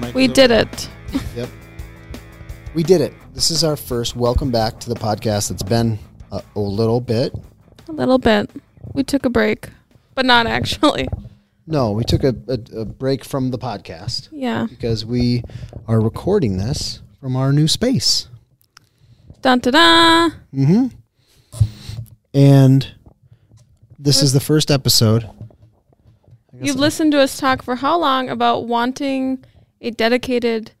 mic. We was did over. it. Yep. We did it. This is our first welcome back to the podcast. It's been a, a little bit. A little bit. We took a break, but not actually. No, we took a, a, a break from the podcast Yeah. because we are recording this from our new space. Dun da da. Mm-hmm. And this is the first episode. I guess You've listened to us talk for how long about wanting a dedicated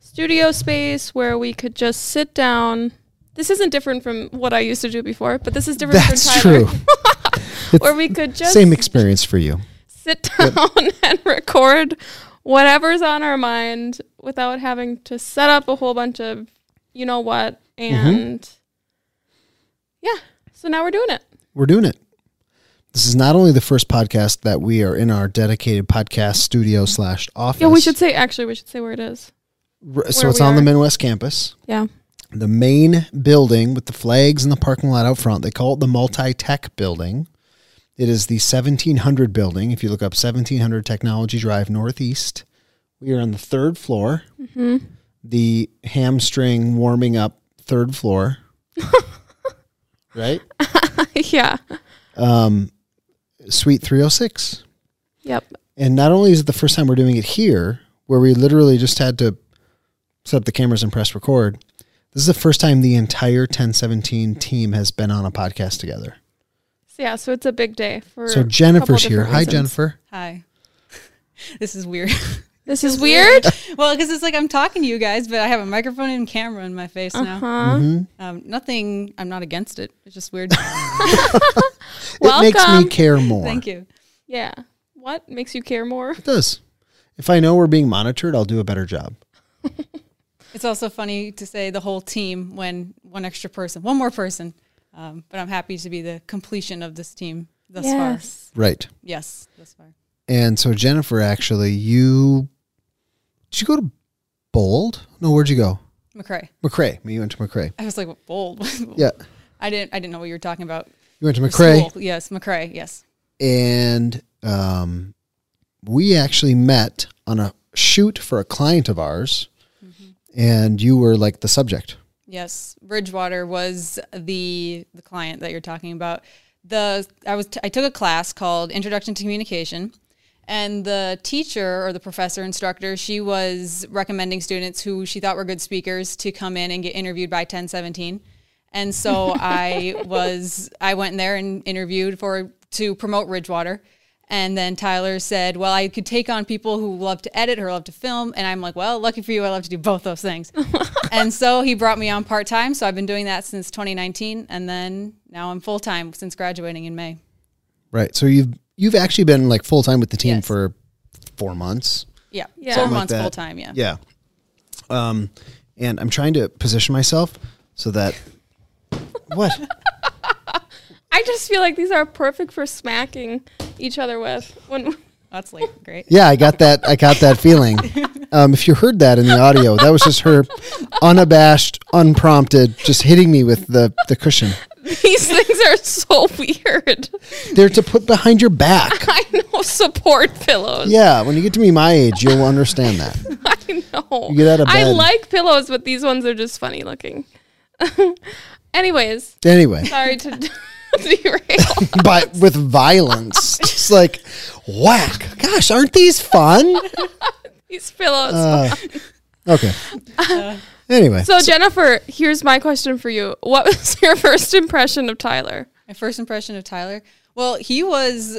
studio space where we could just sit down. This isn't different from what I used to do before, but this is different That's from Tyler. true. It's Where we could just Same experience for you. sit down and record whatever's on our mind without having to set up a whole bunch of you know what Mm-hmm. and yeah so now we're doing it We're doing it. This is not only the first podcast that we are in our dedicated podcast studio slash office. yeah we should say actually we should say where it is R- so where it's we on the are. Midwest campus, yeah the main building with the flags and the parking lot out front. They call it the Multi Tech Building. It is the 1700 building. If you look up 1700 Technology Drive Northeast, we are on the third floor, the hamstring warming up third floor. right? yeah Um, suite 306. yep And not only is it the first time we're doing it here, where we literally just had to set up the cameras and press record, this is the first time the entire 1017 team has been on a podcast together. so yeah so it's a big day for So a Jennifer's couple here. different Hi, reasons. Jennifer. Hi. This is weird. this is weird well, because it's like I'm talking to you guys, but I have a microphone and camera in my face uh-huh now. Mm-hmm. Um, nothing. I'm not against it. It's just weird. It makes me Welcome. care more. Thank you. yeah what makes you care more It does. If I know we're being monitored, I'll do a better job. It's also funny to say the whole team when one extra person, one more person. Um, but I'm happy to be the completion of this team thus far. Right. Yes, thus far. And so Jennifer, actually, you did you go to Bold? No, where'd you go? McCray. McCray. You went to McCray. I was like bold. Yeah, I didn't. I didn't know what you were talking about. you went to For McCray. school. Yes, McCray. Yes. and um, we actually met on a shoot for a client of ours, Mm-hmm. and you were like the subject. Yes, Bridgewater was the the client that you're talking about. The I was t- I took a class called Introduction to Communication, and the teacher or the professor instructor she was recommending students who she thought were good speakers to come in and get interviewed by 1017. And so I was I went in there and interviewed for to promote Ridgewater. And then Tyler said, "Well, I could take on people who love to edit or love to film." And I'm like, "Well, lucky for you, I love to do both those things." and so he brought me on part time. So I've been doing that since 2019, and then now I'm full time since graduating in May. Right. So you've you've actually been like full time with the team Yes. for four months. Yeah, Yeah. four Something like months that. full time. Yeah. Yeah. Um, and I'm trying to position myself so that what i just feel like these are perfect for smacking each other with when that's late. Great. Yeah, I got that. I got that feeling. Um, if you heard that in the audio, that was just her unabashed, unprompted, just hitting me with the the cushion. these things are so weird They're to put behind your back. I know support pillows. Yeah, when you get to be my age, you'll understand that. I know. You get out of I bed. like pillows, but these ones are just funny looking. Anyways, Anyway, sorry to derail. but with violence, it's like whack. Gosh, aren't these fun? These pillows. Uh, okay. Anyway, so Jennifer, here's my question for you. What was your first impression of Tyler? My first impression of Tyler. Well, he was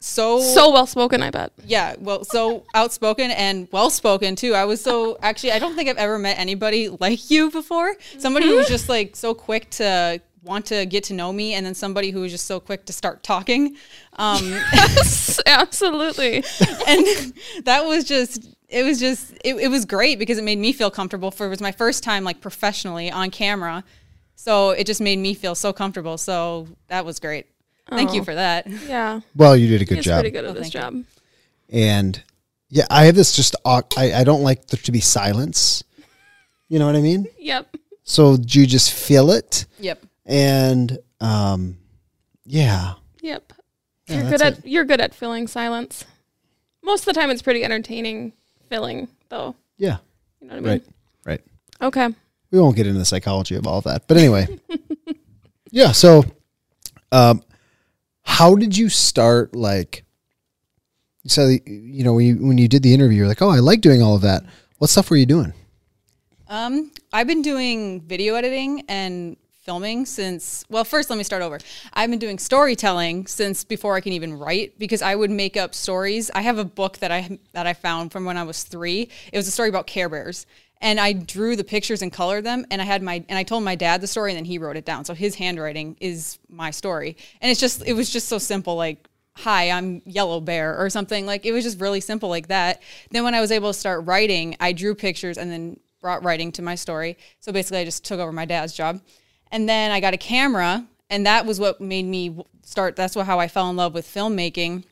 so So well spoken, I bet. yeah, well, so outspoken and well spoken too. I was so actually, I don't think I've ever met anybody like you before. Somebody who was just like so quick to want to get to know me, and then somebody who was just so quick to start talking. Um, Yes, absolutely. and that was just it was just it, it was great because it made me feel comfortable for it was my first time like professionally on camera so it just made me feel so comfortable so that was great thank you Oh. for that Yeah. well, you did a good He's job, pretty good at this thank you. job. and yeah, I have this just. au- I I don't like there to be silence. You know what I mean? Yep. So you just feel it, yep and um, yeah, Yep. Yeah, you're that's good at you're good at filling silence. Most of the time it's pretty entertaining filling though. Yeah. You know what I mean? Right. Right. Okay. we won't get into the psychology of all of that. But anyway, yeah. So, um, how did you start? Like, so you know when you when you did the interview, you're like, oh, I like doing all of that. What stuff were you doing? Um, I've been doing video editing and filming since, well, first let me start over. I've been doing storytelling since before I can even write because I would make up stories. I have a book that I that I found from when I was 3. It was a story about Care Bears. And I drew the pictures and colored them and I had my and I told my dad the story and then he wrote it down. So his handwriting is my story. And it's just it was just so simple like hi i'm yellow bear or something like it was just really simple like that then when i was able to start writing i drew pictures and then brought writing to my story so basically i just took over my dad's job and then i got a camera and that was what made me w- start that's what how i fell in love with filmmaking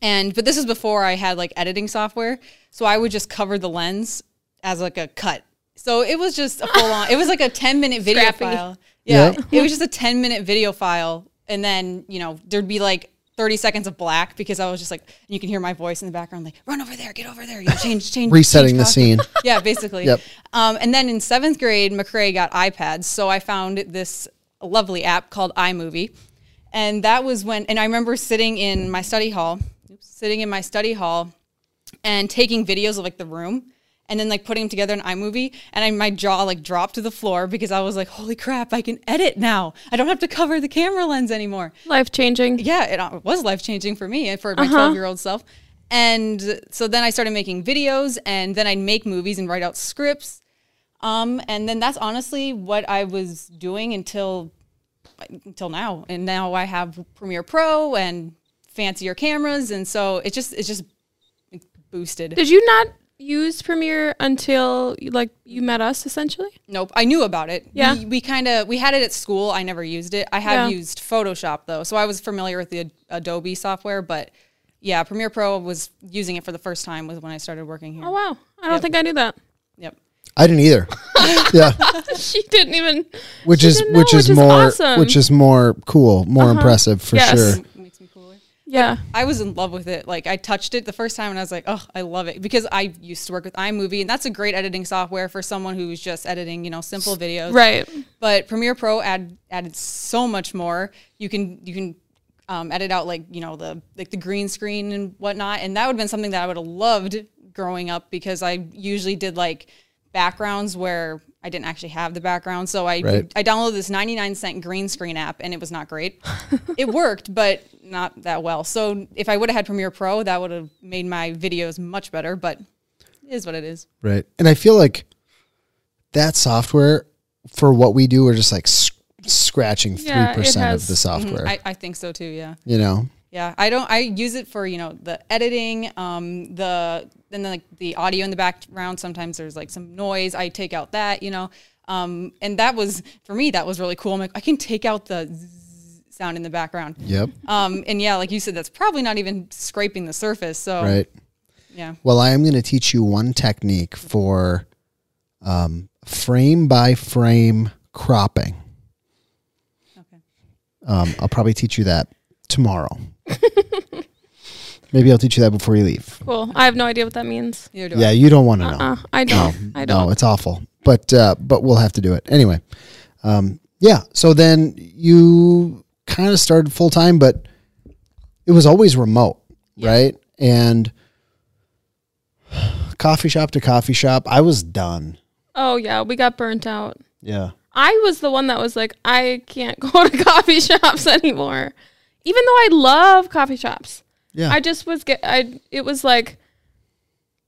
and but this is before I had like editing software, so I would just cover the lens as like a cut. So it was just a full on. It was like a ten minute video Scrappy. file. Yeah, Yeah. it was just a ten minute video file, and then you know there'd be like. 30 seconds of black because I was just like, you can hear my voice in the background, like, run over there, get over there, you know, change, change. Resetting change the costume." scene. yeah, basically. Yep. Um, and then in seventh grade, McCray got iPads, so I found this lovely app called iMovie, and that was when. And I remember sitting in my study hall, oops, sitting in my study hall, and taking videos of like the room. And then like putting them together in iMovie, and I, my jaw like dropped to the floor because I was like, "Holy crap! I can edit now. I don't have to cover the camera lens anymore." Life changing. yeah, it uh, was life changing for me and for my 12 year old self. And so then I started making videos and then I'd make movies and write out scripts. Um, and then that's honestly what I was doing until until now. And now I have Premiere Pro and fancier cameras and so it just it's just boosted. Did you not use Premiere until you, like you met us essentially? Nope, I knew about it. Yeah. we, we kind of we had it at school. I never used it. I have Yeah. used Photoshop though, so I was familiar with the Ad- Adobe software. But yeah, Premiere Pro was using it for the first time was when I started working here. Oh wow. I don't think I knew that. Yep. I didn't either. yeah, she didn't even which She is didn't know, which is which is more awesome. Uh-huh. which is more cool, more impressive for Yes. sure. Makes me cooler. Yeah. I was in love with it. Like I touched it the first time and I was like, oh, I love it because I used to work with iMovie and that's a great editing software for someone who's just editing, you know, simple videos. Right. but Premiere Pro add, added so much more. You can you can um, edit out like you know the like the green screen and whatnot, and that would have been something that I would have loved growing up because I usually did like backgrounds where I didn't actually have the background. So I Right. I downloaded this 99 cent green screen app, and it was not great. it worked, but not that well. So if I would have had Premiere Pro, that would have made my videos much better. But it is what it is. Right. And I feel like that software for what we do, we're just like sc- scratching 3% Yeah, it of has- Mm-hmm. the software, I, I think so too. Yeah. you know? Yeah, I don't. I use it for you know the editing, um, the and then like the audio in the background. Sometimes there's like some noise. I take out that you know, um, and that was for me that was really cool. I'm like I can take out the zzz sound in the background. Yep. Um, and yeah, like you said, that's probably not even scraping the surface. Oh. So Right. yeah, Well, I am going to teach you one technique for um, frame by frame cropping. okay, Um, I'll probably teach you that tomorrow. Maybe I'll teach you that before you leave. Cool. I have no idea what that means. neither do Yeah, I. you don't want to know. Uh-uh. I don't. I don't. Mm-hmm. No, it's awful. But uh, but we'll have to do it anyway. Um, yeah. So then you kind of started full time, but it was always remote, right? And coffee shop to coffee shop, I was done. Oh yeah, we got burnt out. Yeah. I was the one that was like, I can't go to coffee shops anymore. Even though I love coffee shops. Yeah. I just was get I it was like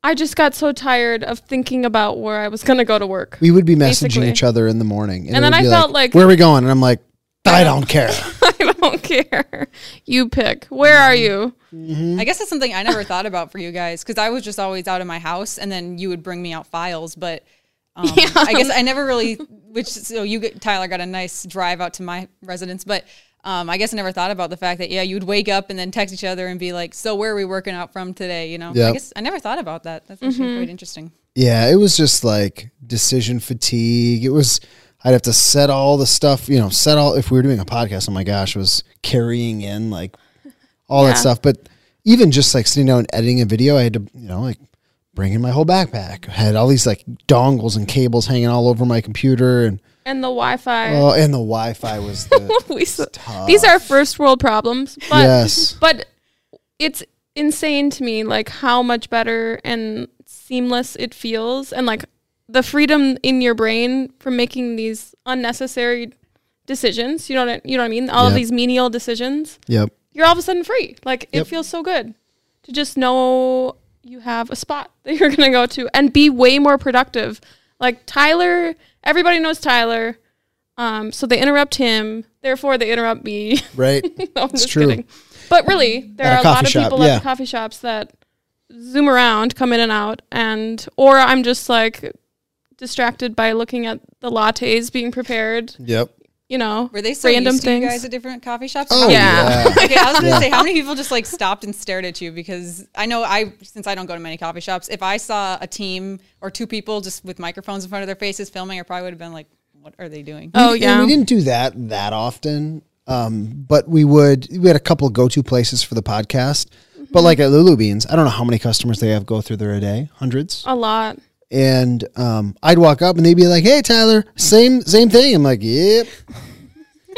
I just got so tired of thinking about where I was gonna go to work. we would be messaging Basically. each other in the morning, And and, it then would I be felt like- "Where are we going?" And I'm like, "I don't care." I don't care. You pick. Where are you? I guess that's something I never thought about for you guys because I was just always out of my house, and then you would bring me out files. But um, I guess I never really, which so you get, Tyler got a nice drive out to my residence, but um, I guess I never thought about the fact that yeah, you would wake up and then text each other and be like, "So where are we working out from today?" You know, Yeah. I guess I never thought about that. That's actually Mm-hmm. quite interesting. Yeah, it was just like decision fatigue. It was I'd have to set all the stuff, you know, set all if we were doing a podcast, oh my gosh, it was carrying in like all that Yeah. stuff. But even just like sitting down and editing a video, I had to, you know, like bringing my whole backpack. I had all these like dongles and cables hanging all over my computer, and and the Wi-Fi. oh, and the Wi-Fi was the we s- these are first world problems, but Yes. but it's insane to me like how much better and seamless it feels and like the freedom in your brain from making these unnecessary decisions. You know what I, you know what I mean? All of Yeah. these menial decisions. yep. You're all of a sudden free. Like Yep. it feels so good to just know you have a spot that you're going to go to and be way more productive. Like Tyler, everybody knows Tyler. Um, so they interrupt him, therefore they interrupt me. Right. No, I'm just true. kidding. But really, there At a are a lot coffee of shop, people yeah. at the coffee shops that zoom around, come in and out, and or I'm just like distracted by looking at the lattes being prepared. yep. You know, Were they so random used to things? you guys at different coffee shops? Oh yeah. Yeah. Okay, I was gonna Yeah. say how many people just like stopped and stared at you because I know I since I don't go to many coffee shops, if I saw a team or two people just with microphones in front of their faces filming, I probably would have been like, What are they doing? oh And we yeah, didn't do that that often, um, but we would. We had a couple go to places for the podcast. But like at Lulu Beans, I don't know how many customers they have go through there a day, hundreds. a lot. and um, I'd walk up and they'd be like, "Hey, Tyler, same same thing." I'm like, "Yep."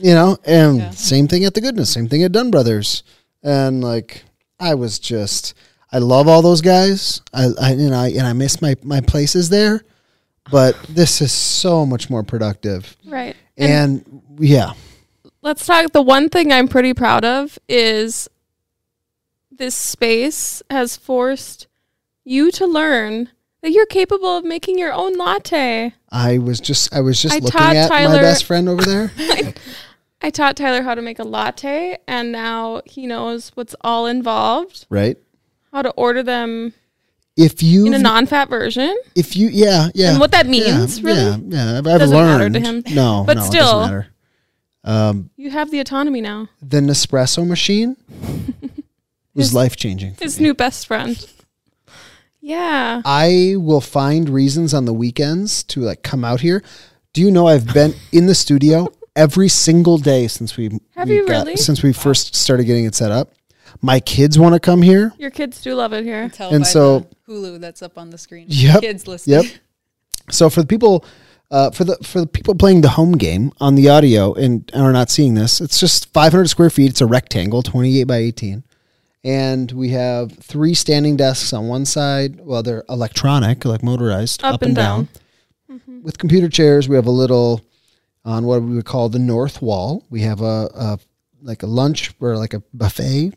you know, and same thing at the goodness, same thing at Dunn Brothers, and like I was just, I love all those guys. I, I and I and I miss my my places there, but this is so much more productive. Right. And, yeah, let's talk. The one thing I'm pretty proud of is this space has forced you to learn that you're capable of making your own latte. I was just I was just I looking taught at my Tyler- best friend over there. I taught Tyler how to make a latte, and now he knows what's all involved, right? how to order them If you in a non-fat version. if you yeah yeah And what that means, yeah, really. yeah yeah I've, I've Doesn't matter learned to him. no But no, it doesn't still. matter. um You have the autonomy now. the Nespresso machine was life changing His new best friend. Yeah. I will find reasons on the weekends to like come out here do you know I've been in the studio every single day since we Have we you got- really? since we first started getting it set up my kids want to come here Your kids do love it here. Tell And by so- the Hulu that's up on the screen. Yep. Kids listening. Yep. So for the people, uh, for the for the people playing the home game on the audio and are not seeing this, it's just 500 square feet. It's a rectangle, 28 by 18, and we have three standing desks on one side. Well, they're electronic, like motorized, up, and, down. With computer chairs, we have a little on what we would call the north wall. We have a, a like a lunch or like a buffet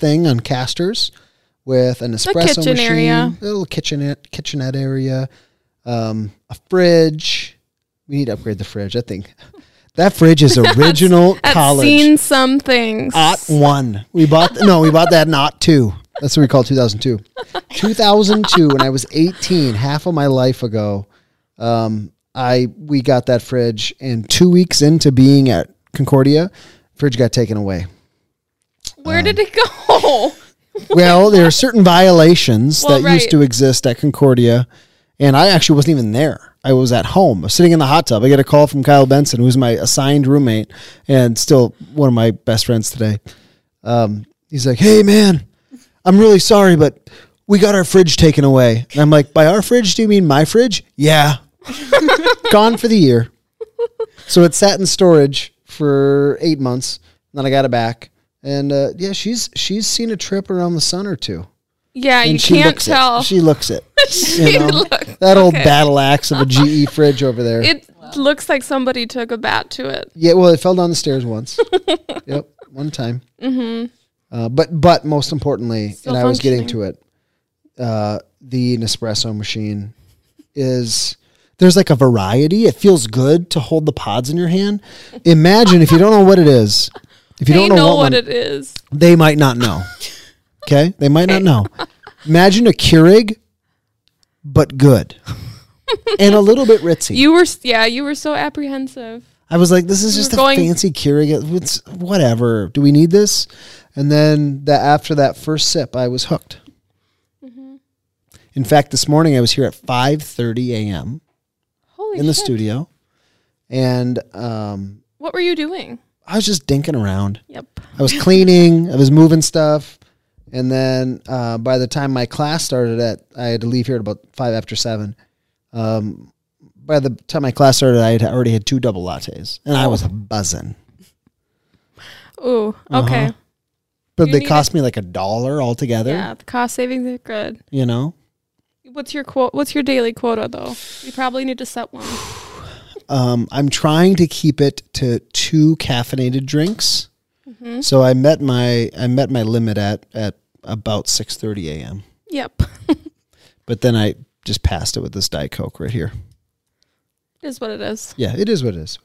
thing on casters with an espresso kitchen machine, area. a little kitchenette kitchenette area, um, a fridge. We need to upgrade the fridge. I think that fridge is original I've college. Ah. seen some things. Ot one. We bought no, we bought that in Ot two. That's what we call 2002. 2002, when I was 18, half of my life ago, um, I we got that fridge, and two weeks into being at Concordia, fridge got taken away. Where did it go? Well, there are certain violations Well, that used right. to exist at Concordia, and I actually wasn't even there. I was at home, sitting in the hot tub. I get a call from Kyle Benson, who's my assigned roommate and still one of my best friends today. Um, he's like, "Hey, man, I'm really sorry, but we got our fridge taken away." And I'm like, "By our fridge, do you mean my fridge?" Yeah, gone for the year. So it sat in storage for eight months. Then I got it back, and uh, yeah, she's she's seen a trip around the sun or two. yeah, And you she can't looks tell. It. She looks it. She know? look- That old okay. battle axe of a GE fridge over there. It looks like somebody took a bat to it. yeah, well, it fell down the stairs once. yep, one time. Mm-hmm. Uh, but but most importantly, Still and I was getting to it, uh, the Nespresso machine is there's like a variety. It feels good to hold the pods in your hand. Imagine if you don't know what it is. If you They don't know, know one- what it is. they might not know. Okay? They might not know. Imagine a Keurig, but good. and a little bit ritzy. You were, s- yeah, you were so apprehensive. I was like, this is just a You're going- fancy Keurig. It's whatever. Do we need this? And then that after that first sip, I was hooked. Mm-hmm. In fact, this morning I was here at 5.30 a.m. Holy in the shit. studio. And um, What were you doing? I was just dinking around. Yep. I was cleaning, I was moving stuff, And then uh, by the time my class started at, I had to leave here at about five after seven. Um, by the time my class started, I had already had two double lattes, and I Oh. was buzzing. Ooh. Okay. Uh-huh. But You they need cost me like a dollar altogether. Yeah. The cost savings is good. You know, What's your quote? What's your daily quota though? You probably need to set one. um, I'm trying to keep it to two caffeinated drinks. So I met my I met my limit at at about six thirty a.m. Yep. But then I just passed it with this diet coke right here. It is what it is. Yeah, it is what it is.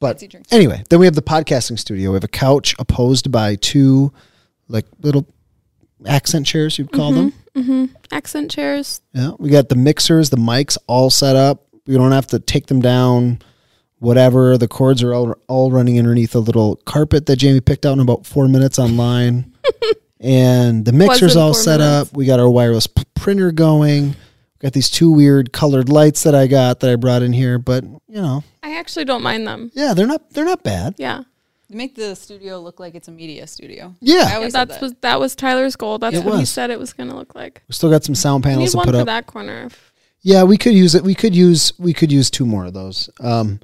But Fancy drinks. anyway, then we have the podcasting studio. We have a couch opposed by two like little accent chairs, you'd Mm-hmm. call them. Accent chairs. Yeah. We got the mixers, the mics all set up. We don't have to take them down, whatever. The cords are all, all running underneath a little carpet that Jamie picked out in about four minutes online. and the mixer's Wasn't all four set minutes. up. We got our wireless p- printer going. We got these two weird colored lights that I got that I brought in here, but you know, I actually don't mind them. yeah, they're not they're not bad. Yeah. They make the studio look like it's a media studio. Yeah. I Yeah, always said that's that. was that was Tyler's goal. That's It what he was. said it was gonna look like. We still got some sound I panels need to one put for up. that corner. Yeah, we could use it. We could use we could use two more of those. Um,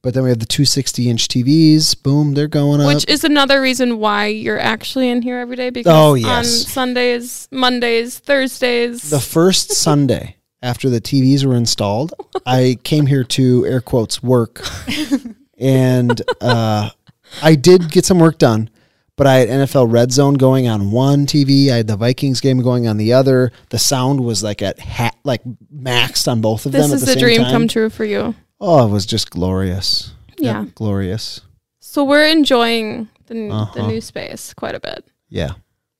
but then we have the two sixty inch TVs. Boom, they're going up. Which is another reason why you're actually in here every day because Oh, on yes. Sundays, Mondays, Thursdays. the first Sunday after the TVs were installed, I came here to air quotes work, and uh, I did get some work done. But I had NFL Red Zone going on one TV. I had the Vikings game going on the other. The sound was like at ha- like maxed on both of this them. is at the a same dream time. come true for you. Oh, it was just glorious. Yeah. glorious. So we're enjoying the, n- the Uh-huh. new space quite a bit. Yeah.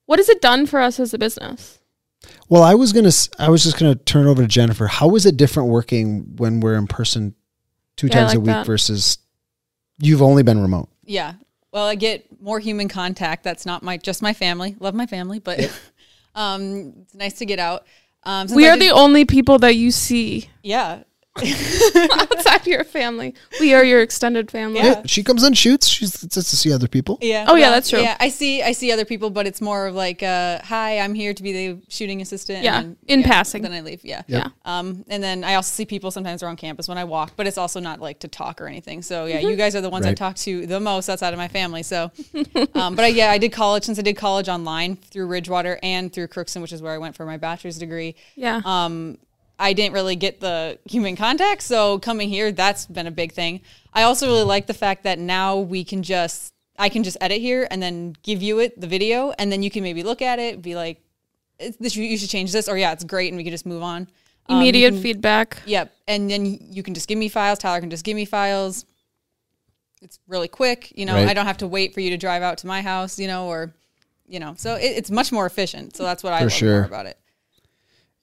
What has it done for us as a business? Well, I was gonna. s- I was just gonna turn over to Jennifer. How is it different working when we're in person two Yeah, I times a like week that. versus you've only been remote? Yeah. Well, I get more human contact. That's not my just my family. Love my family, but um, it's nice to get out. Um, since we I are do- the only people that you see yeah. outside your family. We are your extended family. Yeah. Hey, she comes and shoots. She's just to see other people. Yeah. Oh, yeah, that's true. Yeah, I see. I see other people, but it's more of like, uh, "Hi, I'm here to be the shooting assistant." Yeah, then- in passing. Then I leave. Yeah. Yeah. Um, and then I also see people sometimes around campus when I walk, but it's also not like to talk or anything. So yeah, Mm-hmm. you guys are the ones I Right. talk to the most outside of my family. So, um, but I, yeah, I did college since I did college online through Ridgewater and through Crookston, which is where I went for my bachelor's degree. Yeah. Um, I didn't really get the human contact, so coming here, that's been a big thing. I also really like the fact that now we can just, I can just edit here and then give you it the video, and then you can maybe look at it, be like, "It's- "This you should change this," or "Yeah, it's great," and we can just move on. Um, you Immediate can- feedback. Yep. And then you can just give me files. Tyler can just give me files. It's really quick. You know, Right. I don't have to wait for you to drive out to my house, you know, or, you know, so it, it's much more efficient. So that's what I For love sure. more about it.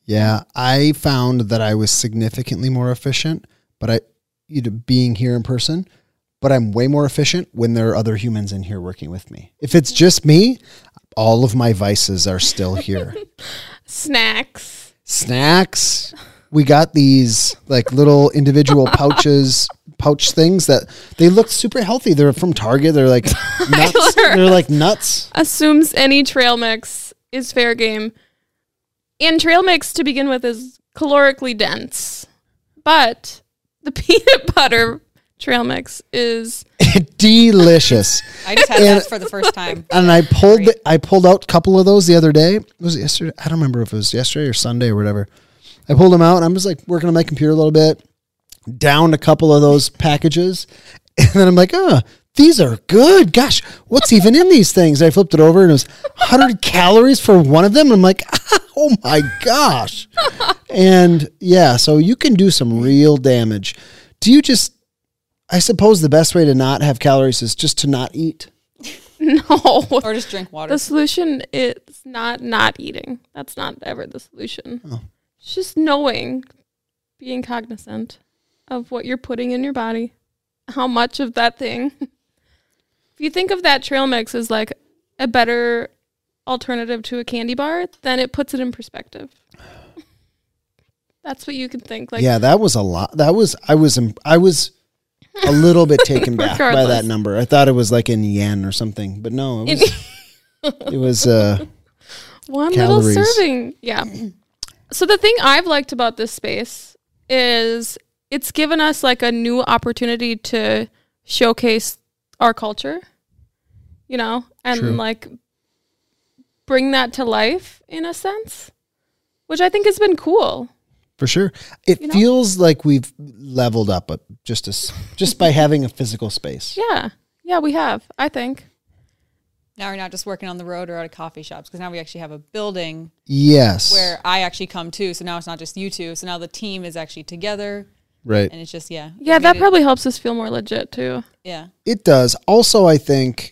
Yeah, I found that I was significantly more efficient, but I, you know, being here in person, but I'm way more efficient when there are other humans in here working with me. If it's just me, all of my vices are still here. Snacks. snacks. We got these like little individual pouches, pouch things that they look super healthy. They're from Target. They're like nuts. Tyler. They're like nuts. Assumes any trail mix is fair game. And trail mix to begin with is calorically dense. But the peanut butter trail mix is Delicious. I just had that for the first time. And I pulled the, I pulled out a couple of those the other day. Was it yesterday? I don't remember if it was yesterday or Sunday or whatever. I pulled them out and I'm just like working on my computer a little bit, downed a couple of those packages. And then I'm like, oh, these are good. Gosh, what's even in these things? I flipped it over and it was 100 calories for one of them. I'm like, oh my gosh. And yeah, so you can do some real damage. Do you just, I suppose the best way to not have calories is just to not eat. no. Or just drink water. The solution is not not eating. That's not ever the solution. It's just knowing, being cognizant of what you're putting in your body, how much of that thing. if you think of that trail mix as like a better alternative to a candy bar, then it puts it in perspective. That's what you can think. Like yeah, that was a lot. That was I was im- I was a little bit taken back by that Regardless. number. I thought it was like in yen or something, but no, it was it was uh One Calories. little serving. Yeah. So the thing I've liked about this space is it's given us like a new opportunity to showcase our culture, you know, and True. like bring that to life in a sense, which I think has been cool. for sure. It You know? feels like we've leveled up a, just a s just by having a physical space. Yeah. Yeah, we have, I think. Now we're not just working on the road or out of coffee shops because now we actually have a building Yes. where I actually come too. So now it's not just you two. So now the team is actually together, right. and it's just yeah, it Yeah, made that it- probably helps us feel more legit too. yeah. It does. Also, I think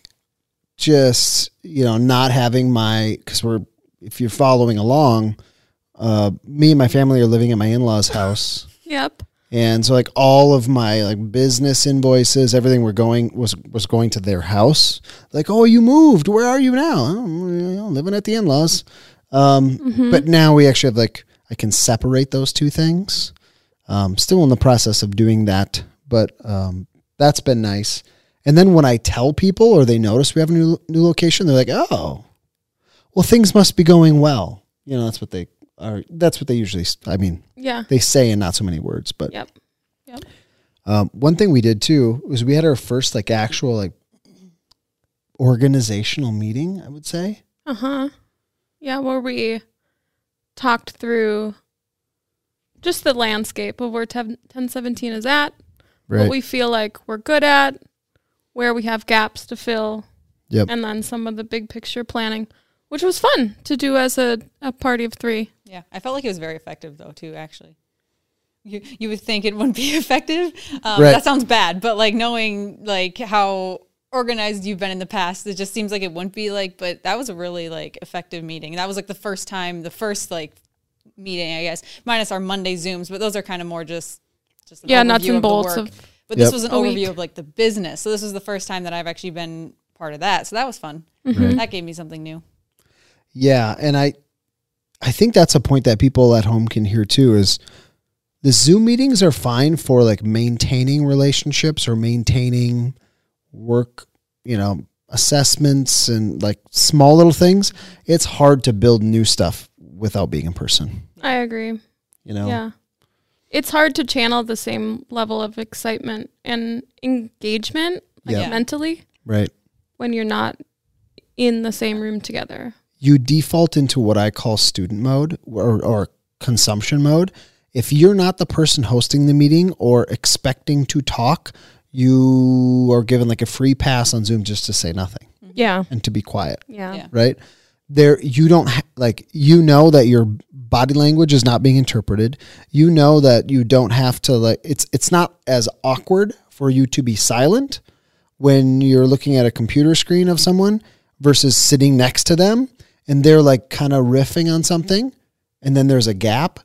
just you know not having my because we're if you're following along, uh, me and my family are living at my in-laws' house, Yep. and so like all of my like business invoices, everything we're going was was going to their house. Like, oh, you moved? Where are you now? "Oh, you know, living at the in-laws. Um, But now we actually have like I can separate those two things. Um, still in the process of doing that, but um, that's been nice. And then when I tell people or they notice we have a new new location, they're like, "Oh, well, things must be going well." You know, that's what they are. That's what they usually. s- I mean, Yeah. they say in not so many words, but Yep. Yep. um, one thing we did too was we had our first like actual like organizational meeting. I would say Uh huh. Yeah, where we talked through just the landscape of where 10, 1017 is at, what we feel like we're good at, where we have gaps to fill, Yep. and then some of the big picture planning, which was fun to do as a, a party of three. Yeah, I felt like it was very effective though too. Actually, you you would think it wouldn't be effective. Um, Right. That sounds bad, but like knowing like how organized you've been in the past, it just seems like it wouldn't be like. But that was a really like effective meeting. That was like the first time, the first like meeting, I guess, minus our Monday zooms. But those are kind of more just just an Yeah, nuts overview and of the bolts work. of- But Yep. this was an A overview week. of like the business. So this was the first time that I've actually been part of that. So that was fun. Mm-hmm. That gave me something new. Yeah, and I I think that's a point that people at home can hear too is the Zoom meetings are fine for like maintaining relationships or maintaining work, you know, assessments and like small little things. It's hard to build new stuff without being in person, I agree. you know. Yeah. It's hard to channel the same level of excitement and engagement like Yeah. mentally Right. when you're not in the same room together. you default into what I call student mode or, or consumption mode. If you're not the person hosting the meeting or expecting to talk, you are given like a free pass on Zoom just to say nothing Yeah. and to be quiet, Yeah. Yeah. right? There, you don't ha- like, you know that your body language is not being interpreted. You know that you don't have to like, it's, it's not as awkward for you to be silent when you're looking at a computer screen of someone versus sitting next to them and they're like kind of riffing on something and then there's a gap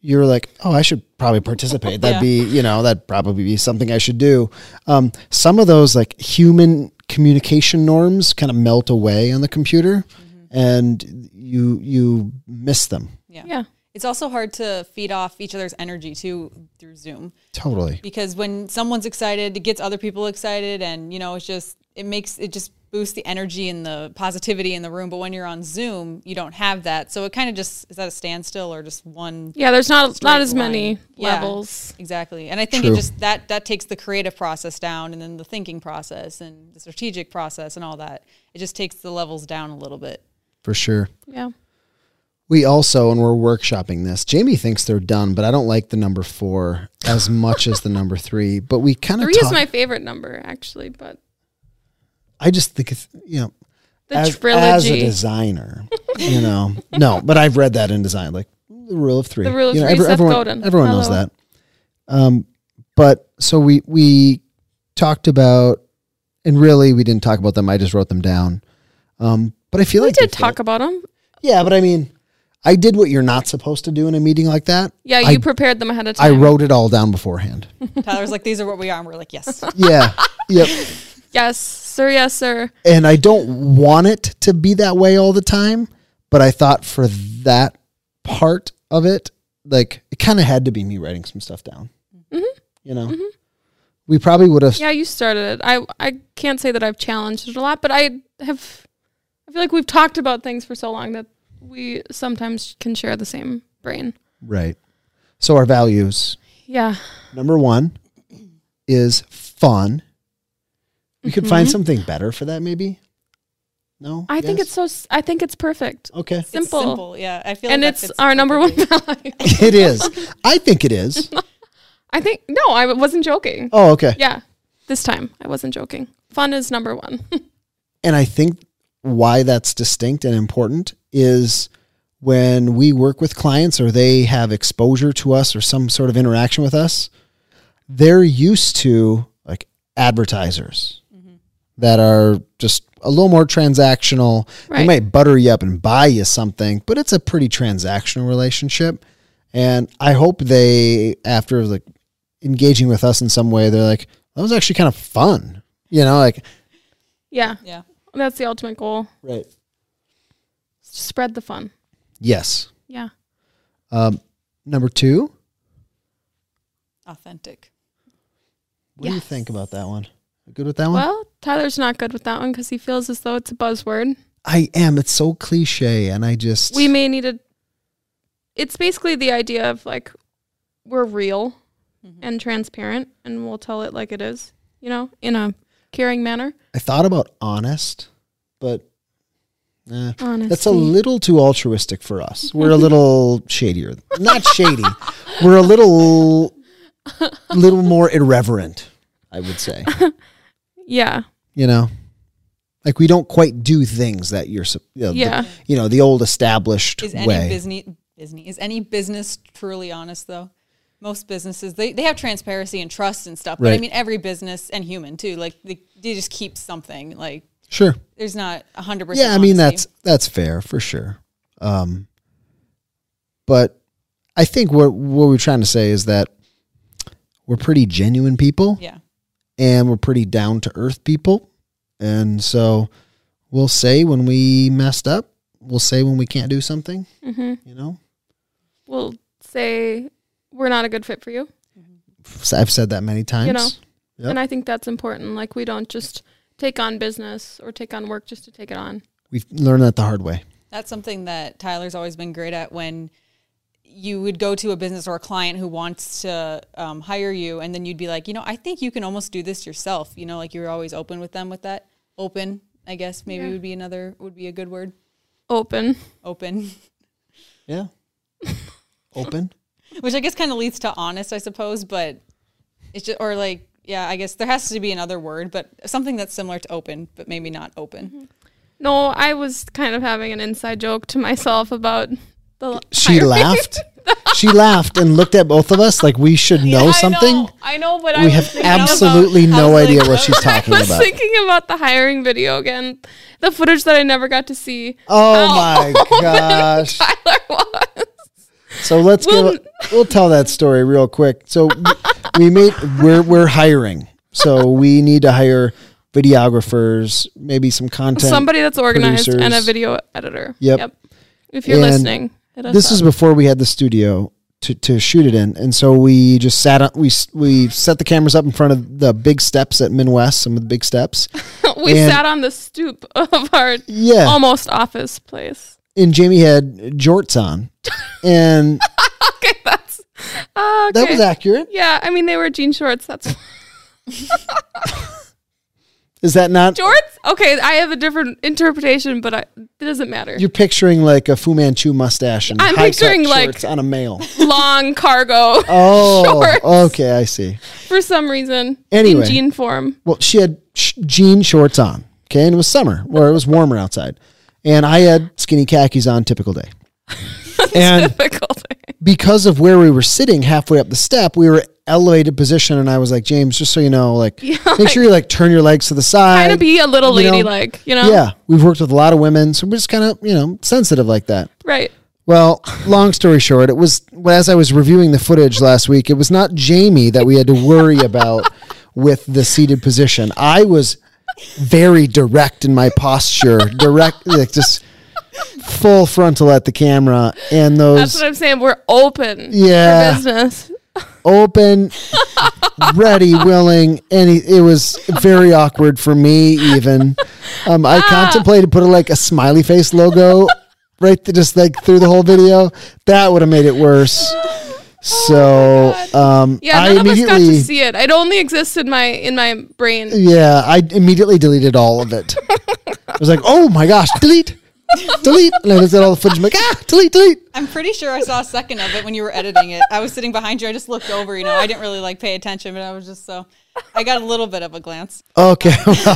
you're like oh i should probably participate that'd Yeah. be you know that'd probably be something i should do um, some of those like human communication norms kind of melt away on the computer Mm-hmm. and you you miss them Yeah. Yeah. It's also hard to feed off each other's energy too through Zoom totally because when someone's excited, it gets other people excited, and you know, it's just it makes it just boosts the energy and the positivity in the room. But when you're on Zoom, you don't have that, so it kind of just is at a standstill or just one Yeah, there's not straight not as many line. Yeah, levels. exactly. And I think True. it just that that takes the creative process down, and then the thinking process and the strategic process and all that. It just takes the levels down a little bit. for sure Yeah. We also, and we're workshopping this. Jamie thinks they're done, but I don't like the number four as much as the number three. But we kind of Three talk. is my favorite number, actually, but I just think it's you know the as, trilogy, as a designer, you know, no, but I've read that in design, like the rule of three. The rule of you know, three, Seth everyone, Godin. Everyone knows Hello. that. Um, but so we we talked about, and really we didn't talk about them. I just wrote them down. Um, but I feel we like they did talk fit. about them. Yeah, but I mean, I did what you're not supposed to do in a meeting like that. Yeah, I- you prepared them ahead of I time. wrote it all down beforehand. Tyler's like, these are what we are, and we're like, yes. yeah. Yep. yes, sir. Yes, sir. And I don't want it to be that way all the time, but I thought for that part of it, like it kind of had to be me writing some stuff down. You know, we probably would have. Mm-hmm. Yeah, you started it. I I can't say that I've challenged it a lot, but I have. I feel like we've talked about things for so long that we sometimes can share the same brain. Right. So our values. Yeah. Number one is fun. We could find something better for that, maybe. No, Mm-hmm. I think Yes? it's so s- I think it's perfect. okay. It's Simple. simple. Yeah, I feel and like that it's fits our number one perfectly. value. it is. I think it is. I think no, I wasn't joking. Oh, okay. Yeah. This time I wasn't joking. Fun is number 1. And I think why that's distinct and important is when we work with clients or they have exposure to us or some sort of interaction with us, they're used to like advertisers that are just a little more transactional. They Right. might butter you up and buy you something, but it's a pretty transactional relationship. And I hope they, after like engaging with us in some way, they're like, that was actually kind of fun. You know, like, yeah. Yeah, That's the ultimate goal. right. Spread the fun. Yes. Yeah. Um, number two, authentic. what do you Yes. think about that one? Good with that one? Well, Tyler's not good with that one because he feels as though it's a buzzword. I am. It's so cliche, and I just We may need a. It's basically the idea of like, we're real and transparent and we'll tell it like it is, you know, in a caring manner. I thought about honest, but eh, Honestly. that's a little too altruistic for us. We're a little shadier, not shady. We're a little, little more irreverent. I would say, yeah. you know, like we don't quite do things that you're, sup- you know, the- Yeah. you know, the old established Is any way. business business is any business truly honest though? Most businesses they, they have transparency and trust and stuff. But I Right. mean every business and human too. Like they, they just keep something. Like sure. there's not hundred percent. yeah i mean that's that's fair for sure um but i think what what we're trying to say is that we're pretty genuine people yeah. and we're pretty down to earth people and so we'll say when we messed up we'll say when we can't do something Mm-hmm. you know We'll say we're not a good fit for you. i've said that many times You know. Yep. And I think that's important. Like, we don't just take on business or take on work just to take it on. we've learned that the hard way That's something that Tyler's always been great at when you would go to a business or a client who wants to um, hire you, and then you'd be like, you know, I think you can almost do this yourself. You know, like you're always open with them with that. Open, I guess, maybe Yeah. would be another, would be a good word. Open. Open, yeah open which I guess kind of leads to honest, I suppose, but it's just, or like, yeah, I guess there has to be another word, but something that's similar to open, but maybe not open. No, I was kind of having an inside joke to myself about the. she hiring. laughed she laughed and looked at both of us like we should know I something know, I know, but I we was have thinking about- absolutely I no was like, idea what she's talking I was about. thinking about the hiring video again, the footage that I never got to see. Oh How my gosh! Tyler was. So let's Well- give we'll tell that story real quick. So we made we're we're hiring. So we need to hire videographers, maybe some content. Somebody that's organized and a producers. video editor. Yep. If you're And listening, hit us this up. was before we had the studio to, to shoot it in, and so we just sat on we s- we set the cameras up in front of the big steps at Midwest, some of the big steps. we and- sat on the stoop of our Yeah, almost office place. and Jamie had jorts on, and Okay, that's oh, okay. that was accurate. yeah, I mean they were jean shorts. That's Is that not shorts. Okay, I have a different interpretation, but I, it doesn't matter. You're picturing like a Fu Manchu mustache and I'm high-cut picturing, like- shorts on a male. Long cargo Oh, Shorts. okay, I see. for some reason Anyway. in jean form. Well, she had sh- jean shorts on, okay, and it was summer where it was warmer outside, and I had skinny khakis on, typical day. And Difficult. because of where we were sitting halfway up the step, we were elevated position, and I was like, James, just so you know, like, make sure you like turn your legs to the side. Kind of be a little you know, lady like, you know? yeah, we've worked with a lot of women, so we're just kind of you know sensitive like that. Right. Well, long story short, it was as I was reviewing the footage last week, it was not Jamie that we had to worry about with the seated position. I was very direct in my posture, direct, like just full frontal at the camera, and That's those what I'm saying. We're open Yeah. for business. open, ready, willing. Any, it was very Ah. awkward for me. Even um, I contemplated putting like a smiley face logo right th- just like through the whole video. That would have made it worse. So um, Oh Yeah, I none of us got immediately to see it. It only exists in my in my brain. yeah I immediately deleted all of it. I was like, oh my gosh, delete, delete, and I looked at all the footage. I'm like, ah, delete, delete. I'm pretty sure I saw a second of it when you were editing it. I was sitting behind you. I just looked over. You know, I didn't really like pay attention, but I was just so I got a little bit of a glance. Okay.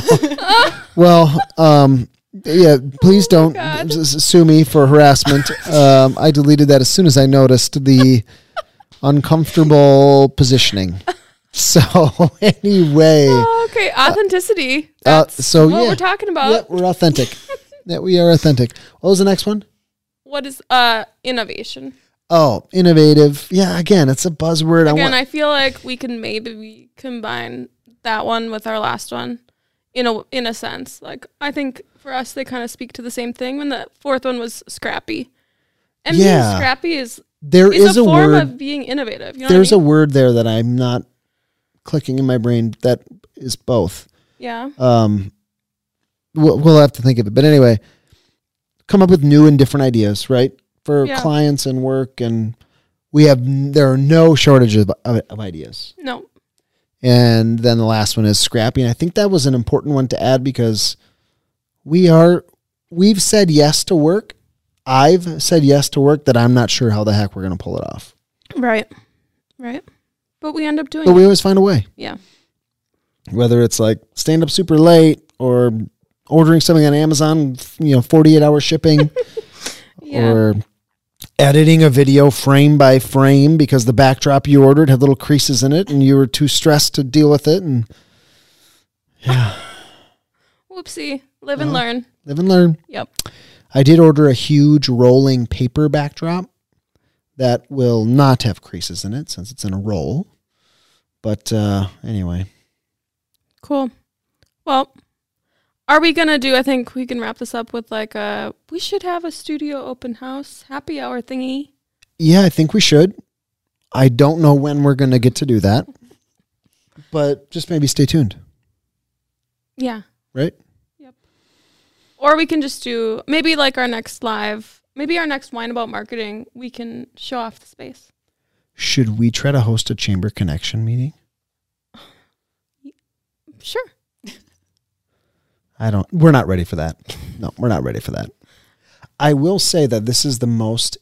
Well, well um, yeah, please don't Oh God. s- s- sue me for harassment. Um, I deleted that as soon as I noticed the uncomfortable positioning. So, anyway, okay, authenticity. uh, Oh, That's so what yeah. we're talking about. yeah, we're authentic. yeah, we are authentic. What was the next one? What is uh innovation? Oh, innovative. Yeah, again, it's a buzzword. I Again, want- I feel like we can maybe combine that one with our last one, in a in a sense. Like I think for us, they kind of speak to the same thing. When the fourth one was scrappy, and Yeah. being scrappy is there is, is a, a form word. of being innovative. You know There's what I a mean? word there that I'm not clicking in my brain that is both. yeah. um, we'll, we'll have to think of it. But anyway, come up with new and different ideas, right? For Yeah. clients and work. And we have, n- there are no shortage of, of, of ideas. No, And then the last one is scrappy. And I think that was an important one to add because we are, we've said yes to work. I've said yes to work that I'm not sure how the heck we're going to pull it off. right, right. But we end up doing But it. we always find a way. yeah. whether it's like staying up super late or ordering something on Amazon, you know, 48 hour shipping Yeah. or editing a video frame by frame because the backdrop you ordered had little creases in it and you were too stressed to deal with it and Whoopsie. Live Uh-huh. and learn. live and learn. Yep. I did order a huge rolling paper backdrop that will not have creases in it since it's in a roll. But uh, anyway, Cool. Well, are we gonna do? I think we can wrap this up with like a. We should have a studio open house happy hour thingy. Yeah, I think we should. I don't know when we're going to get to do that, but just maybe stay tuned, Yeah. right? Or we can just do maybe like our next live, maybe our next wine about marketing. We can show off the space. Should we try to host a chamber connection meeting? Sure. I don't, we're not ready for that. No, we're not ready for that. I will say that this is the most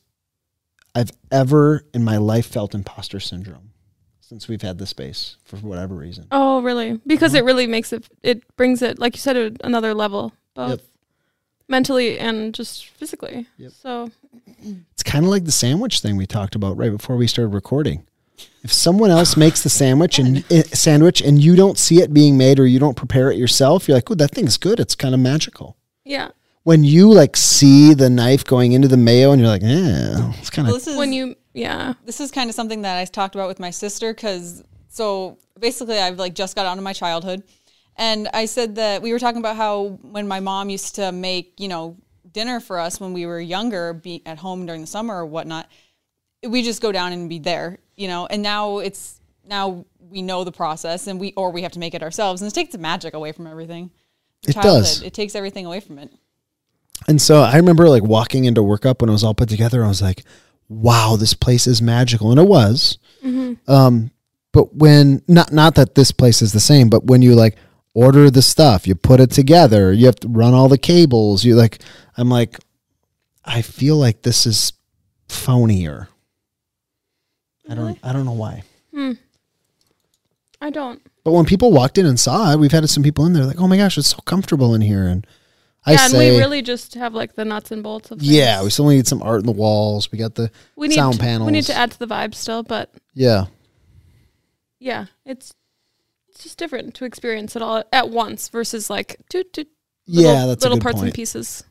I've ever in my life felt imposter syndrome since we've had the space for whatever reason. Oh, really? Because Uh-huh. it really makes it. It brings it, like you said, to another level, both Yep. mentally and just physically. Yep. So It's kind of like the sandwich thing we talked about right before we started recording. If someone else makes the sandwich and eh, sandwich and you don't see it being made or you don't prepare it yourself, you're like, "Oh, that thing's good. It's kind of magical." yeah, When you like see the knife going into the mayo and you're like, "Yeah, it's kind Well, of this is when you yeah this is kind of something that I talked about with my sister because so basically I've like just got out of my childhood, and I said that we were talking about how when my mom used to make you know dinner for us when we were younger, be at home during the summer or whatnot, we just go down and be there, you know. And now it's now we know the process and we or we have to make it ourselves, and it takes the magic away from everything. It does. It takes everything away from it. And so I remember like walking into workup when it was all put together. I was like, "Wow, this place is magical," and it was. Mm-hmm. Um, but when not not that this place is the same, but when you like order the stuff, you put it together, you have to run all the cables. You like, I'm like, I feel like this is phonier. I don't I don't know why. I don't. But when people walked in and saw it, we've had some people in there like, "Oh my gosh, it's so comfortable in here," and I yeah, say. and we really just have like the nuts and bolts of things. yeah, we still need some art in the walls. We got the we need sound to, We need panels. to add to the vibe still, but Yeah. yeah, it's it's just different to experience it all at once versus like two two little, yeah, that's little a good parts point and pieces.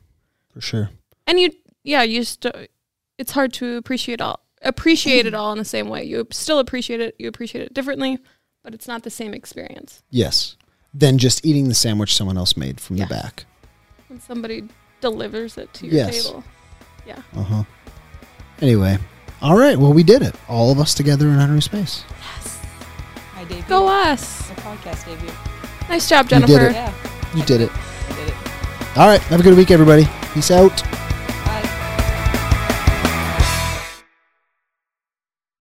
for sure. And you yeah, you st- it's hard to appreciate all appreciate it all in the same way. You still appreciate it, you appreciate it differently, but it's not the same experience. Yes. Than just eating the sandwich someone else made from Yeah. the back. When somebody delivers it to your Yes. table. Yeah. Uh huh. Anyway, all right. Well, we did it. All of us together in our new space. My debut. Go us. My podcast debut. Nice job, You did Jennifer. it. Yeah, You did it. I did it. All right. Have a good week, everybody. Peace out.